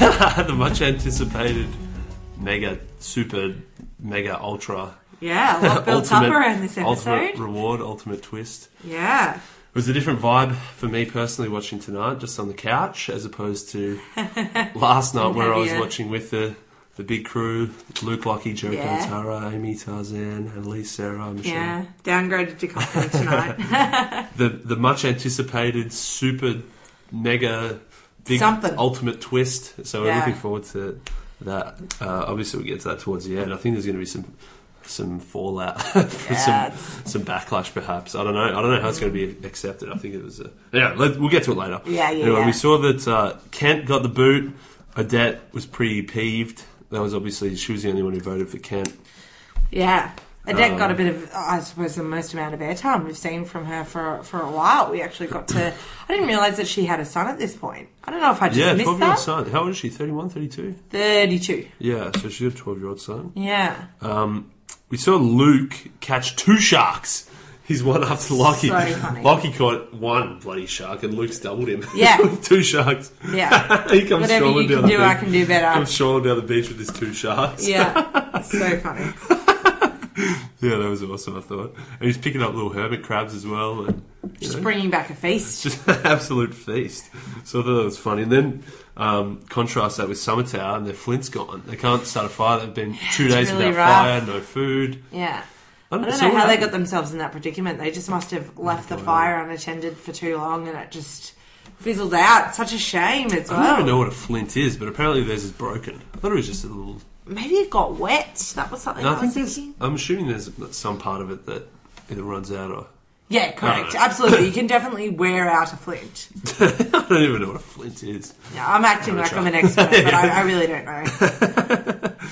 much anticipated mega, super, mega, ultra, Yeah, what built up ultimate- around this ultimate episode? reward, ultimate twist. Yeah. It was a different vibe for me personally watching tonight, just on the couch, as opposed to last night where I was Heavier. watching with the the big crew: Luke, Lockie, Joe Yeah. Tara, Amy, Tarzan, Annalise, Sarah, Michelle. Yeah. Downgraded to comedy tonight. The the much anticipated super mega big Something. ultimate twist. So Yeah. we're looking forward to that. Uh, obviously, we get to that towards the end. I think there's going to be some some fallout for yeah, some it's- some backlash, perhaps. I don't know. I don't know how it's going to be accepted. I think it was. A, yeah, let, we'll get to it later. yeah, yeah. Anyway, yeah. we saw that uh, Kent got the boot. Odette was pretty peeved. That was obviously she was the only one who voted for Kent. Yeah. Adette Um, got a bit of, I suppose, the most amount of airtime we've seen from her for for a while. We actually got to. I didn't realise that she had a son at this point. I don't know if I just yeah, missed twelve year old that. son. How old is she? 31, 32? Thirty-two. Yeah, so she's a twelve year old son. Yeah. Um, we saw Luke catch two sharks. He's one after Lockie. So funny. Lockie caught one bloody shark, and Luke's doubled him. Yeah. with two sharks. Yeah. he comes Whatever strolling you can down do, the I beach. can do better. Comes strolling down the beach with his two sharks. Yeah. so funny. Yeah, that was awesome. I thought, and he's picking up little hermit crabs as well, and you Just know, bringing back a feast. it's just an absolute feast. So I thought that was funny. And then um, contrast that with Summer Tower, and their flint's gone. They can't start a fire. They've been two it's days really without rough. fire, no food. Yeah. I I don't so know what how they happened? got themselves in that predicament. They just must have left the fire unattended for too long and it just fizzled out. It's such a shame as I don't even well. know what a flint is, but apparently theirs is broken. I thought it was just a little. Maybe it got wet. That was something No, I, I think was there's. thinking. I'm assuming there's some part of it that either runs out or. Yeah, correct. Absolutely. You can definitely wear out a flint. I don't even know what a flint is. Yeah, I'm acting Gonna like I'm try. an expert, but I, I really don't know.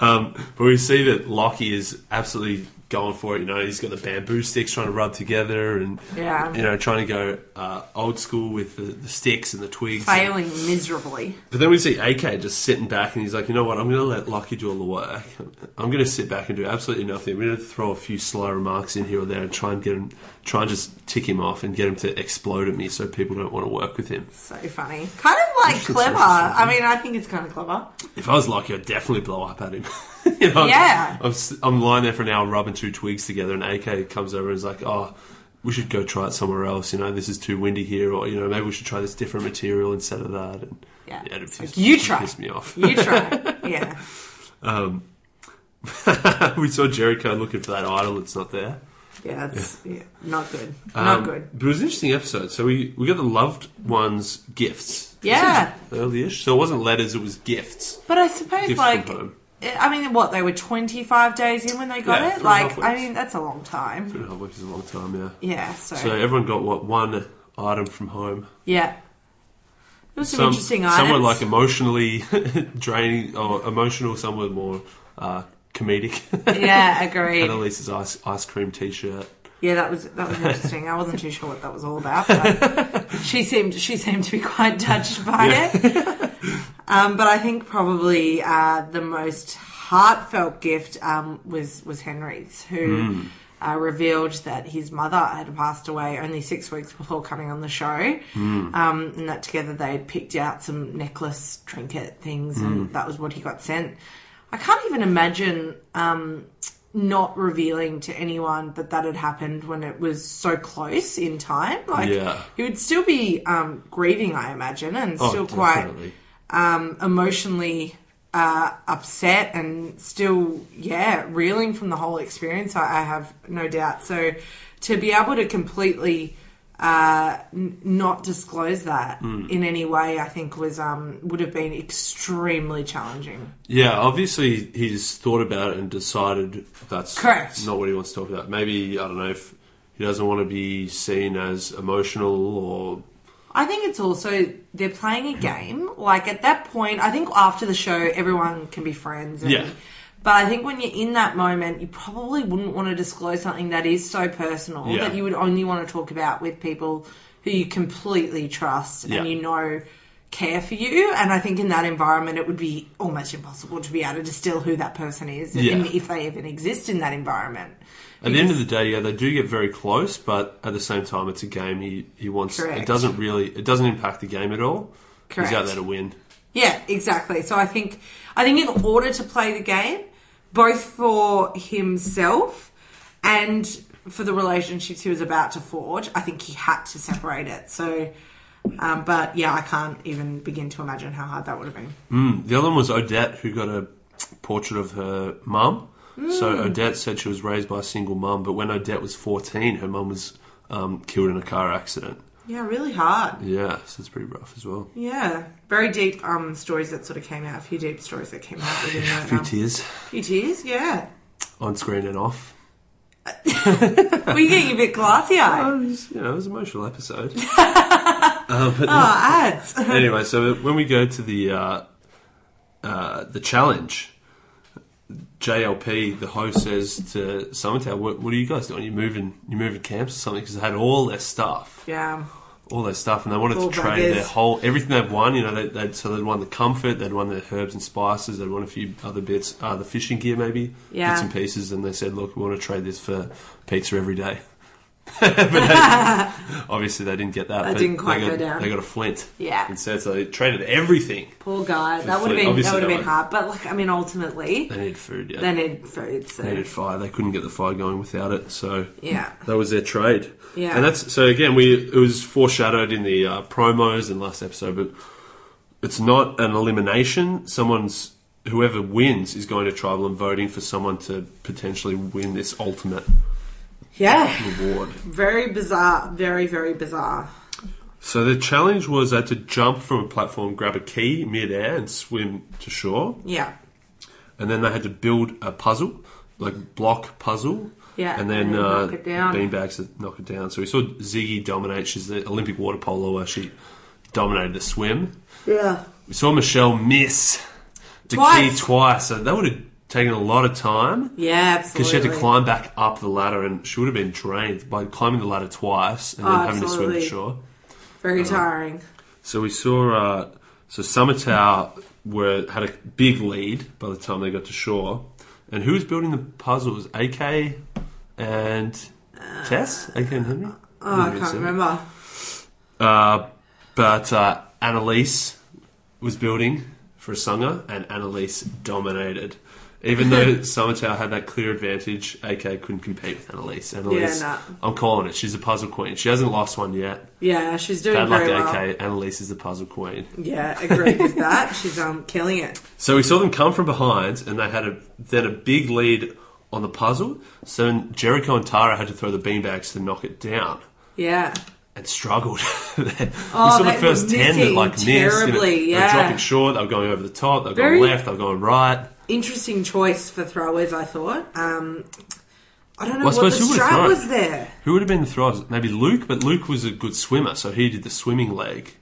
Um, but we see that Lockie is absolutely going for it. You know, he's got the bamboo sticks trying to rub together, and Yeah. you know, trying to go uh, old school with the, the sticks and the twigs. Failing miserably. But then we see AK just sitting back, and he's like, "You know what? I'm going to let Lockie do all the work. I'm going to sit back and do absolutely nothing. I'm going to throw a few sly remarks in here or there, and try and get him, try and just tick him off, and get him to explode at me, so people don't want to work with him. So funny. Kind of like Interesting, clever. interesting. I mean, I think it's kind of clever. If I was Lockie, I'd definitely blow up at him. you know, I'm- Yeah. I'm, s- I'm lying there for an hour rubbing two twigs together, and AK comes over and is like, "Oh." We should go try it somewhere else. You know, this is too windy here, or you know, maybe we should try this different material instead of that. And Yeah. yeah, it pissed, you try. pissed me off. You try. Yeah. Um, we saw Jericho looking for that idol that's not there. Yeah, that's yeah. not good. Um, Not good. But it was an interesting episode. So we, we got the loved ones gifts. Yeah. Early ish. So it wasn't letters, it was gifts. But I suppose, Gifts like, from home. I mean, what they were twenty five days in when they got Yeah, it. three and Like, a half I weeks. mean, that's a long time. Two and a half weeks is a long time, yeah. Yeah. So, So everyone got what? One item from home. yeah, it was some, interesting some items. were like emotionally draining or emotional, some were more uh, comedic. yeah, agreed. Annalise's ice, ice cream t shirt. Yeah, that was that was interesting. I wasn't too sure what that was all about. But she seemed she seemed to be quite touched by Yeah. it. Um, but I think probably uh, the most heartfelt gift um, was was Henry's, Hmm. who uh, revealed that his mother had passed away only six weeks before coming on the show, Hmm. um, and that together they had picked out some necklace trinket things, Hmm. and that was what he got sent. I can't even imagine um, not revealing to anyone that that had happened when it was so close in time. Like Yeah. he would still be um, grieving, I imagine, and Oh, still quite definitely. um, emotionally uh, upset and still, yeah, reeling from the whole experience. I, I have no doubt. So to be able to completely uh, n- not disclose that in any way, I think was um, would have been extremely challenging. Yeah, obviously he's thought about it and decided that's Correct. not what he wants to talk about. Maybe I don't know if he doesn't want to be seen as emotional or I think it's also they're playing a game. Like at that point, I think after the show, everyone can be friends. And, Yeah. But I think when you're in that moment, you probably wouldn't want to disclose something that is so personal Yeah. that you would only want to talk about with people who you completely trust Yeah. and you know care for you. And I think in that environment, it would be almost impossible to be able to distill who that person is Yeah. and if they even exist in that environment. at the end of the day, yeah, they do get very close, but at the same time it's a game he, he wants Correct. it doesn't really it doesn't impact the game at all. He's Correct. out there to win. Yeah, exactly. So I think I think in order to play the game, both for himself and for the relationships he was about to forge, I think he had to separate it. So, um, but yeah, I can't even begin to imagine how hard that would have been. The other one was Odette, who got a portrait of her mum. Mm. So Odette said she was raised by a single mum, but when Odette was 14, her mum was um, killed in a car accident. Yeah, really hard. Yeah, so it's pretty rough as well. Yeah, very deep um, stories that sort of came out. A few deep stories that came out within A that. few um, tears few tears, yeah. on screen and off. Were you getting a bit glassy eyed? Oh, it was, you know, it was an emotional episode. Oh, ads. anyway, so when we go to the uh, uh, the challenge, JLP, the host, says to Summertown, what, "What are you guys doing? You moving? You moving camps or something?" Because they had all their stuff, Yeah. all their stuff, and they wanted All to trade buggers. their whole everything they've won. You know, they, they'd, so they'd won the comfort, they'd won the herbs and spices, they'd won a few other bits, uh, the fishing gear maybe, Yeah. bits and pieces, and they said, "Look, we want to trade this for pizza every day." but they- obviously, they didn't get that. That but didn't quite they got, go down. They got a flint. Yeah. Instead, so they traded everything. Poor guy. That For food. would have been that Obviously would have that been one. hard. But like, I mean, ultimately, They needed food, yeah. they need food. So They needed fire. They couldn't get the fire going without it. So yeah, that was their trade. Yeah. And that's so again we it was foreshadowed in the uh, promos and last episode, but it's not an elimination. Someone's whoever wins is going to tribal and voting for someone to potentially win this ultimate yeah. reward. Very bizarre. Very very bizarre. So the challenge was that to jump from a platform, grab a key midair, and swim to shore. Yeah. and then they had to build a puzzle, like block puzzle. Yeah, and then and uh, knock it down. beanbags to knock it down. So we saw Ziggy dominate. She's the Olympic water polo. She dominated the swim. Yeah. We saw Michelle miss the Twice. key twice. So that would have taken a lot of time Yeah. because Absolutely. she had to climb back up the ladder, and she would have been drained by climbing the ladder twice and then Oh, having to swim absolutely. to shore. Oh. Very tiring. So we saw. Uh, so Summertower were had a big lead by the time they got to shore, and who was building the puzzle It was AK and Tess, AK and Henry. Oh, I can't remember. Uh, but uh, Annalise was building for Sunga, and Annalise dominated. Even though Summertower had that clear advantage, AK couldn't compete with Annalise. Annalise, nah. I'm calling it. She's a puzzle queen. She hasn't lost one yet. Yeah, she's doing Bad luck, very well. AK. Annalise is the puzzle queen. Yeah, agreed with that. She's um killing it. So we saw them come from behind, and they had a then a big lead on the puzzle. So then Jericho and Tara had to throw the beanbags to knock it down, Yeah. and struggled. we Oh, saw the they first were ten that missing like missed. You know, terribly, They were yeah. dropping short. They were going over the top. They were Very- going left. They were going right. Interesting choice for throwers, I thought. Um, I don't know Well, I what the suppose who would've strat thrown? was there. Who would have been the throwers? Maybe Luke, but Luke was a good swimmer, so he did the swimming leg.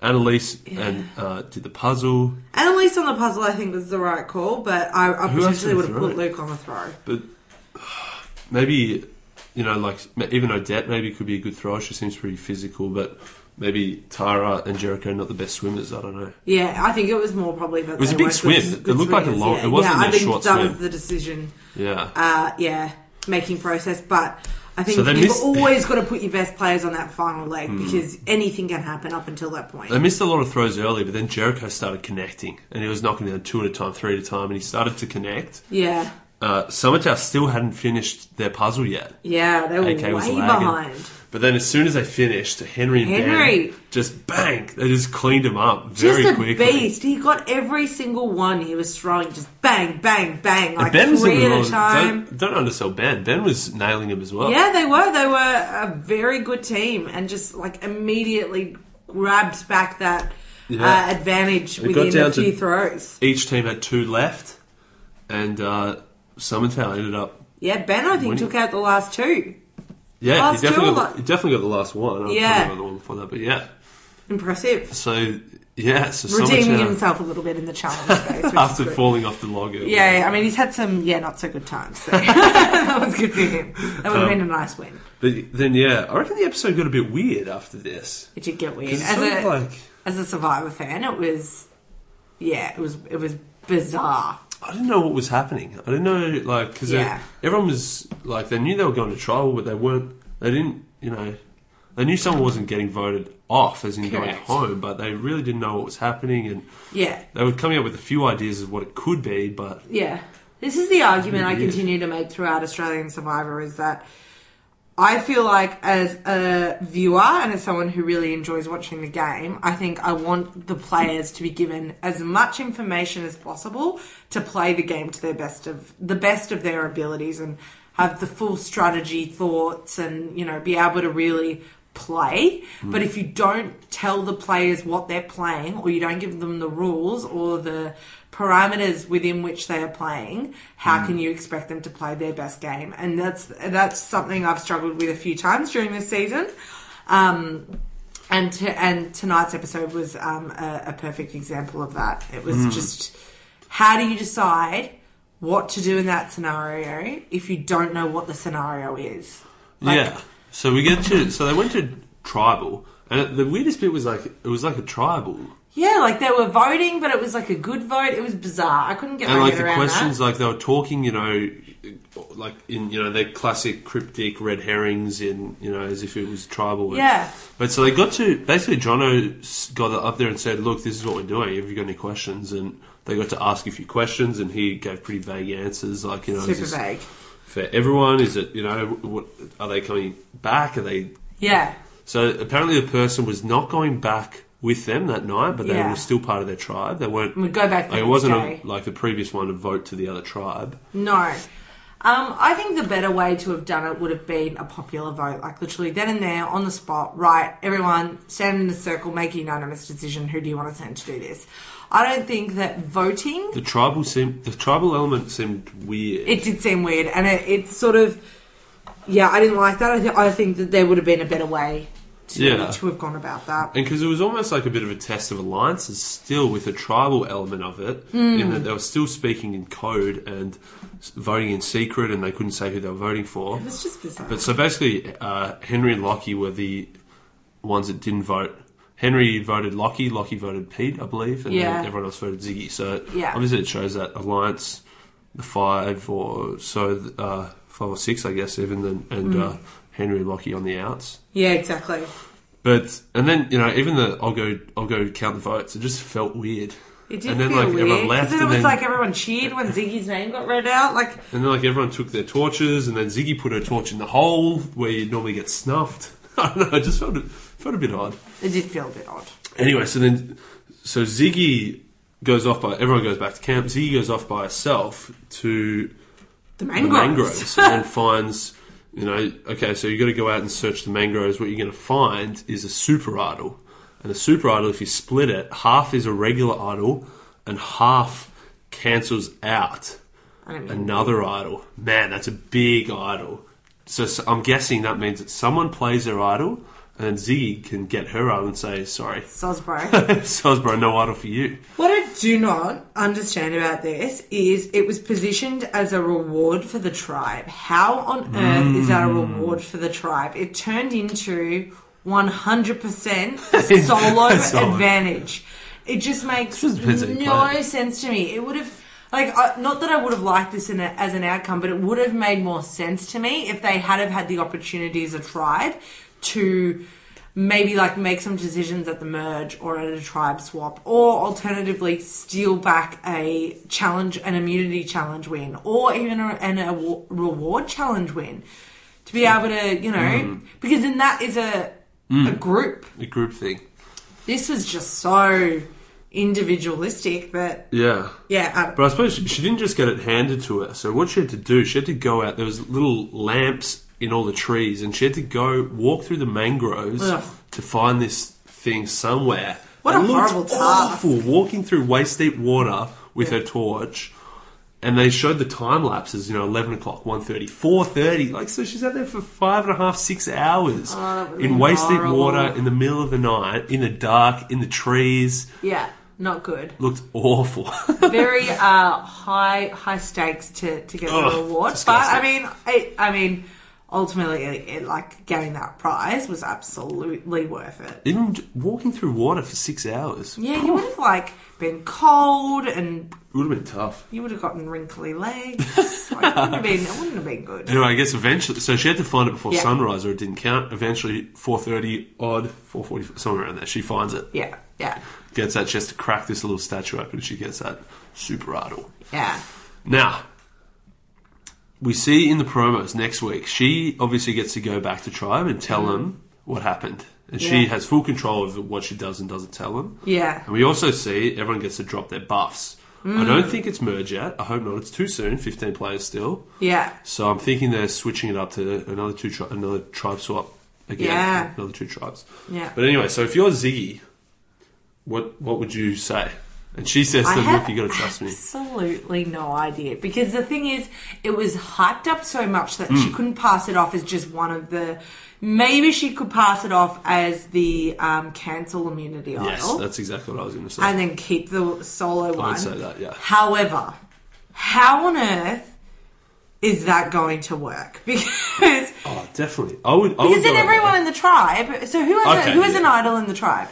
Annalise and uh, did the puzzle, Annalise on the puzzle, I think, was the right call, but I, I Who else potentially would've would have thrown put it? Luke on the throw. but maybe you know, like m- even Odette maybe could be a good thrower. She seems pretty physical, but maybe Tara and Jericho are not the best swimmers. I don't know. Yeah, I think it was more probably that. It was a big swim. It looked like a long- it wasn't yeah, a I think short that was swim. the decision. Yeah, Uh, yeah, making process, but I think So they you've missed- Hmm. always got to put your best players on that final leg because anything can happen up until that point. they missed a lot of throws early, but then Jericho started connecting, and he was knocking down two at a time, three at a time, and he started to connect. yeah, Uh, Summertown still hadn't finished their puzzle yet. yeah, they were AK way was lagging. behind. But then, as soon as they finished, Henry and Henry. Dan just bang, they just cleaned him up very just a quickly. beast. He got every single one he was throwing, just bang, bang, bang, And like Ben was three doing at well. a time. Don't, don't undersell Ben. Ben was nailing him as well. Yeah, they were. They were a very good team and just like immediately grabbed back that Yeah. uh, advantage It got within down a few to- throws. Each team had two left, and uh, Summertown ended up. Yeah, Ben, I think, Winning. took out the last two. Yeah, Last he two definitely, or got, like- he definitely got the last one. I Yeah. don't know the one before that, but yeah. Impressive. So yeah, so Redeeming Summertown himself a little bit in the challenge space. Which is after good. falling off the log. early. Yeah, yeah, I mean, he's had some, yeah, not so good times. So. that was good for him. That Um, would have been a nice win. But then yeah, I reckon the episode got a bit weird after this. It did get weird. 'Cause it's As sort a, of like as a Survivor fan, it was, yeah, it was, it was bizarre. I didn't know what was happening. I didn't know like because Yeah. everyone was like they knew they were going to trial, but they weren't. They didn't. You know, They knew someone wasn't getting voted off, as in going Correct. home, but they really didn't know what was happening, and Yeah. they were coming up with a few ideas of what it could be, but Yeah. This is the argument I Yeah. continue to make throughout Australian Survivor is that I feel like as a viewer and as someone who really enjoys watching the game, I think I want the players to be given as much information as possible to play the game to their best of the best of their abilities and have the full strategy thoughts and you know be able to really play. But if you don't tell the players what they're playing, or you don't give them the rules or the parameters within which they are playing, how can Mm. you expect them to play their best game? And that's that's something I've struggled with a few times during this season. Um, and to, and tonight's episode was um, a, a perfect example of that. It was Mm. just how do you decide what to do in that scenario if you don't know what the scenario is? Like, yeah. So we get to so they went to tribal, and the weirdest bit was like it was like a tribal, Yeah, like they were voting, but it was like a good vote. It was bizarre. I couldn't get and my like head the around questions, like they were talking, you know, like in you know their classic cryptic red herrings, in you know as if it was tribal. that. Yeah, But so they got to basically Jono s- got up there and said, "Look, this is what we're doing. Have you got any questions?" And they got to ask a few questions, and he gave pretty vague answers, like you know, is super this vague. for everyone? Is it you know, what are they coming back? Are they Yeah, so apparently the person was not going back with them that night, but they Yeah. were still part of their tribe. They weren't. we go back. the Like, it next wasn't day. a, like the previous one to vote to the other tribe. No. Um, I think the better way to have done it would have been a popular vote, like literally then and there on the spot, right? Everyone stand in a circle, make a unanimous decision. Who do you want to send to do this? I don't think that voting The tribal seemed, the tribal element seemed weird. it did seem weird, and it, it sort of yeah, I didn't like that. I, th- I think that there would have been a better way to Yeah. to have gone about that. And because it was almost like a bit of a test of alliances, still with a tribal element of it, Hmm. in that they were still speaking in code and s- voting in secret, and they couldn't say who they were voting for. It was just bizarre. But so basically, uh, Henry and Lockie were the ones that didn't vote. Henry voted Lockie, Lockie voted Pete, I believe, and Yeah. then everyone else voted Ziggy. So Yeah. obviously, it shows that alliance, the five or so, uh, five or six, I guess, even then, and Mm. uh, Henry and Lockie on the outs. yeah, exactly. But and then you know even the I'll go I'll go count the votes. It just felt weird. It did and then feel like weird. everyone 'cause left, then it and was then, like everyone cheered when Ziggy's name got read out. Like and then like everyone took their torches, and then Ziggy put her torch in the hole where you would normally get snuffed. I don't know. It just felt a- felt a bit odd. it did feel a bit odd. Anyway, so then so Ziggy goes off by everyone goes back to camp. Ziggy goes off by herself to the The mangroves. mangroves and finds you know okay so you got to go out and search the mangroves what you're going to find is a super idol and the super idol if you split it half is a regular idol and half cancels out I don't mean- another idol man that's a big idol so, so i'm guessing that means that someone plays their idol and then ziggy can get her idol and say sorry Sosbro. Sosbro, no idol for you what I do not understand about this is it was positioned as a reward for the tribe. How on earth is that a reward for the tribe? It turned into 100% solo, Solo. advantage. It just makes depends how you play no sense to me. It would have. Like, I, not that I would have liked this in a, as an outcome, but it would have made more sense to me if they had have had the opportunity as a tribe to maybe like make some decisions at the merge or at a tribe swap, or alternatively steal back a challenge, an immunity challenge win, or even a, an awa- reward challenge win, to be able to you know because then that is a a group. the group thing This was just so individualistic that yeah yeah. uh, I, But I suppose she didn't just get it handed to her. So what she had to do, she had to go out. There was little lamps in all the trees, and she had to go walk through the mangroves Ugh. to find this thing somewhere. What a It looked horrible task. Awful walking through waist deep water with her torch. And they showed the time lapses, you know, 11 o'clock, 1.30, 4.30. Like, so she's out there for five and a half, six hours Oh, that would've in been waist deep horrible. water in the middle of the night, in the dark, in the trees. Yeah, not good. Looked awful. Very uh, high high stakes to, to get the Ugh, reward. disgusting. But I mean, I, I mean, ultimately, it, it, like getting that prize was absolutely worth it. Even j- walking through water for six hours. Yeah, you would have like been cold and It would have been tough. you would have gotten wrinkly legs. like, it, wouldn't have been, it wouldn't have been good. Anyway, I guess eventually, so she had to find it before Yeah. sunrise, or it didn't count. Eventually, four thirty odd, four forty, somewhere around there, she finds it, Yeah, yeah, gets that. She has to crack this little statue open, and she gets that super idol. yeah. Now, we see in the promos next week, she obviously gets to go back to Tribe and tell them what happened. And she Mm. Yeah. has full control of what she does and doesn't tell them. Yeah. And we also see everyone gets to drop their buffs. I don't think it's merge yet. I hope not. It's too soon. 15 players still. Yeah. So I'm thinking they're switching it up to another two tri- another tribe swap again. Yeah. Another two tribes. Yeah. But anyway, so if you're Ziggy, what what would you say? And she says to I them, have look, you got to trust me. absolutely no idea because the thing is, it was hyped up so much that Hmm. she couldn't pass it off as just one of the. Maybe she could pass it off as the um, cancel immunity idol. Yes, that's exactly what I was going to say. and then keep the solo one. say that, yeah. However, how on earth is that going to work? Because Oh, definitely. I would. I because would then go everyone There. in the tribe. So who has Okay, a, who has yeah. an idol in the tribe?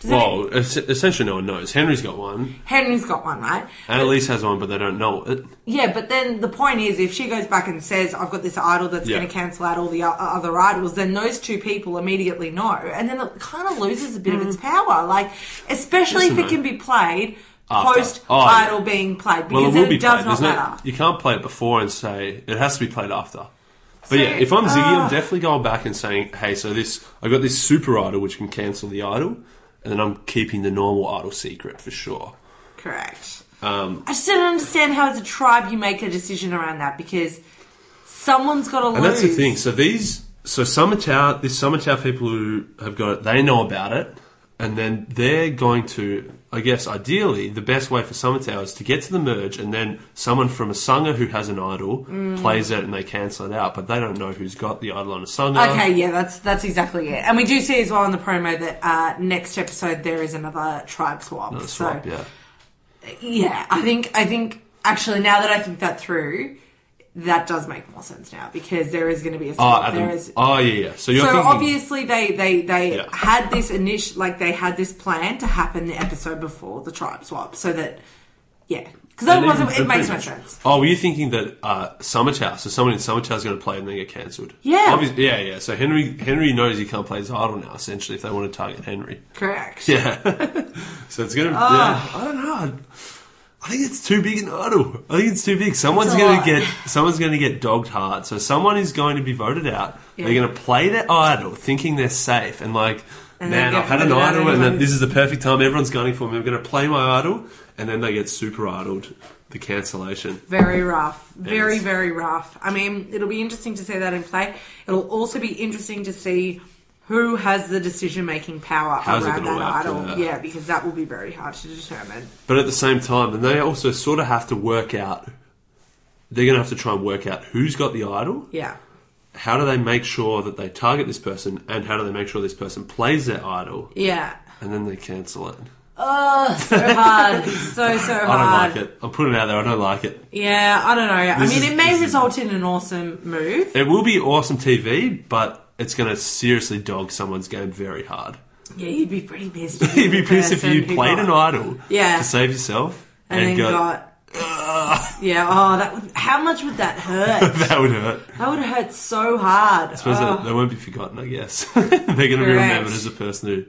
Does any- Well, es- essentially, no one knows. Henry's got one. Henry's got one, right? Annalise has one, but they don't know it. Yeah, but then the point is, if she goes back and says, "I've got this idol that's Yeah. going to cancel out all the o- uh, other idols," then those two people immediately know, and then it kind of loses a bit Mm. of its power. Like, especially Yes and if it no. can be played After. post Oh, yeah. idol being played, because Well, it then will be it does played. There's not no- matter. you can't play it before and say it has to be played after. But So- yeah, if I'm Ziggy, ah. I'm definitely going back and saying, "Hey, so this I got this super idol which can cancel the idol, and then I'm keeping the normal idol secret for sure." Correct. Um, I just don't understand how, as a tribe, you make a decision around that because someone's got to lose. And that's the thing. So these, so Summer Tower, this Summer Tower people who have got it, they know about it, and then they're going to, I guess, ideally, the best way for Summer Tower is to get to the merge, and then someone from a Sunga who has an idol Mm. plays it, and they cancel it out, but they don't know who's got the idol on a Sunga. Okay, yeah, that's that's exactly it. And we do see as well in the promo that uh, next episode there is another tribe swap. That's so right, yeah. Yeah, I think I think actually now that I think that through, that does make more sense now because there is going to be a Oh, swap. Adam- there is oh, yeah, yeah. So you're so thinking, obviously they they they Yeah. had this initial like they had this plan to happen the episode before the tribe swap so that yeah because and otherwise even- it, it makes no pretty- sense. Oh, were you thinking that uh, Summer Tower? So someone in Summer Tower is going to play and then get cancelled. Yeah. Obvious- yeah, yeah. So Henry Henry knows he can't play his idol now. Essentially, if they want to target Henry. Correct. Yeah. so it's Oh. gonna. Yeah, I don't know. I think it's too big an idol. I think it's too big. Someone's It's a gonna lot. get someone's gonna get dogged hard. So someone is going to be voted out. Yeah. They're gonna play their idol, thinking they're safe, and like, And man, then get I've had an voted out idol, and anyway." then this is the perfect time. Everyone's gunning for me. I'm gonna play my idol, and then they get super idled. The cancellation. Very rough. Very, Yes. very rough. I mean, it'll be interesting to see that in play. It'll also be interesting to see who has the decision making power How's it around gonna that idol. work, Yeah. yeah. because that will be very hard to determine. But at the same time, then they also sort of have to work out. They're gonna have to try and work out who's got the idol. Yeah. how do they make sure that they target this person and how do they make sure this person plays their idol Yeah. and then they cancel it Oh, so hard. so, so hard. i don't like it i'm putting it out there i don't like it Yeah, I don't know. This I mean, is- it may this is- result in an awesome move. it will be awesome tv but it's going to seriously dog someone's game very hard Yeah, you'd be pretty pissed. if you'd be the pissed if person you who played got- an idol Yeah. to save yourself and, then got. yeah. Oh, that would. How much would that hurt? that would hurt that would hurt so hard. I suppose Oh. they, they won't be forgotten i guess they're going to be remembered as the person who,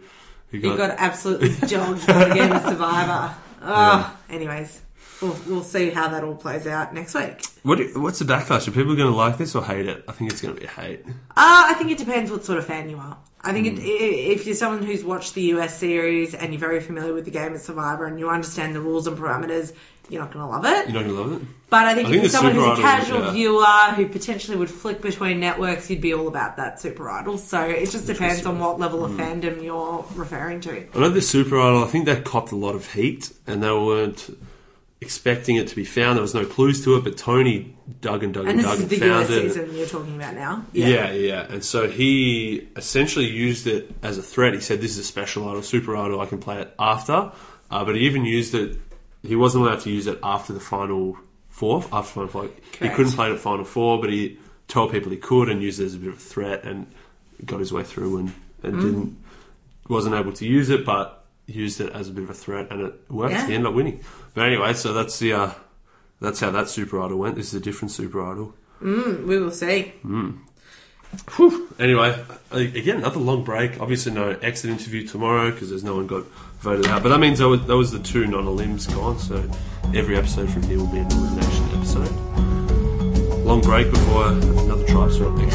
who You got, got absolutely dogged by the game of Survivor. Oh, anyways, we'll, we'll see how that all plays out next week. What do- what's the backlash are people going to like this or hate it i think it's going to be hate Uh, I think it depends what sort of fan you are. I think Mm. it, i- if you're someone who's watched the US series and you're very familiar with the game of Survivor and you understand the rules and parameters, you're not going to love it. you're not going to love it But I think I think if you're the someone who's Super a Idol, casual yeah. viewer who potentially would flick between networks, you'd be all about that Super Idol. So it just depends on what level of Mm. fandom you're referring to. I know the Super Idol, I think that copped a lot of heat and they weren't expecting it to be found. There was no clues to it, but Tony dug and dug and, And this dug is and the found US it. season you're talking about now. Yeah. yeah, And so he essentially used it as a threat. He said, This is a special idol, Super Idol, I can play it after. Uh, but he even used it, he wasn't allowed to use it after the final four, after final four. He Correct. couldn't play it at final four, but he told people he could and used it as a bit of a Mm. threat and got his way through and, and didn't wasn't able to use it, but used it as a bit of a threat, and it worked. Yeah. He ended up winning. But anyway, so that's the uh, that's how that Super Idol went. This is a different Super Idol. We will see. Anyway, a- again, another long break. Obviously, no exit interview tomorrow because there's no one got voted out. But that means that was, that was the two non-elims gone. So every episode from here will be an elimination episode. Long break before another tribe swap next Mm.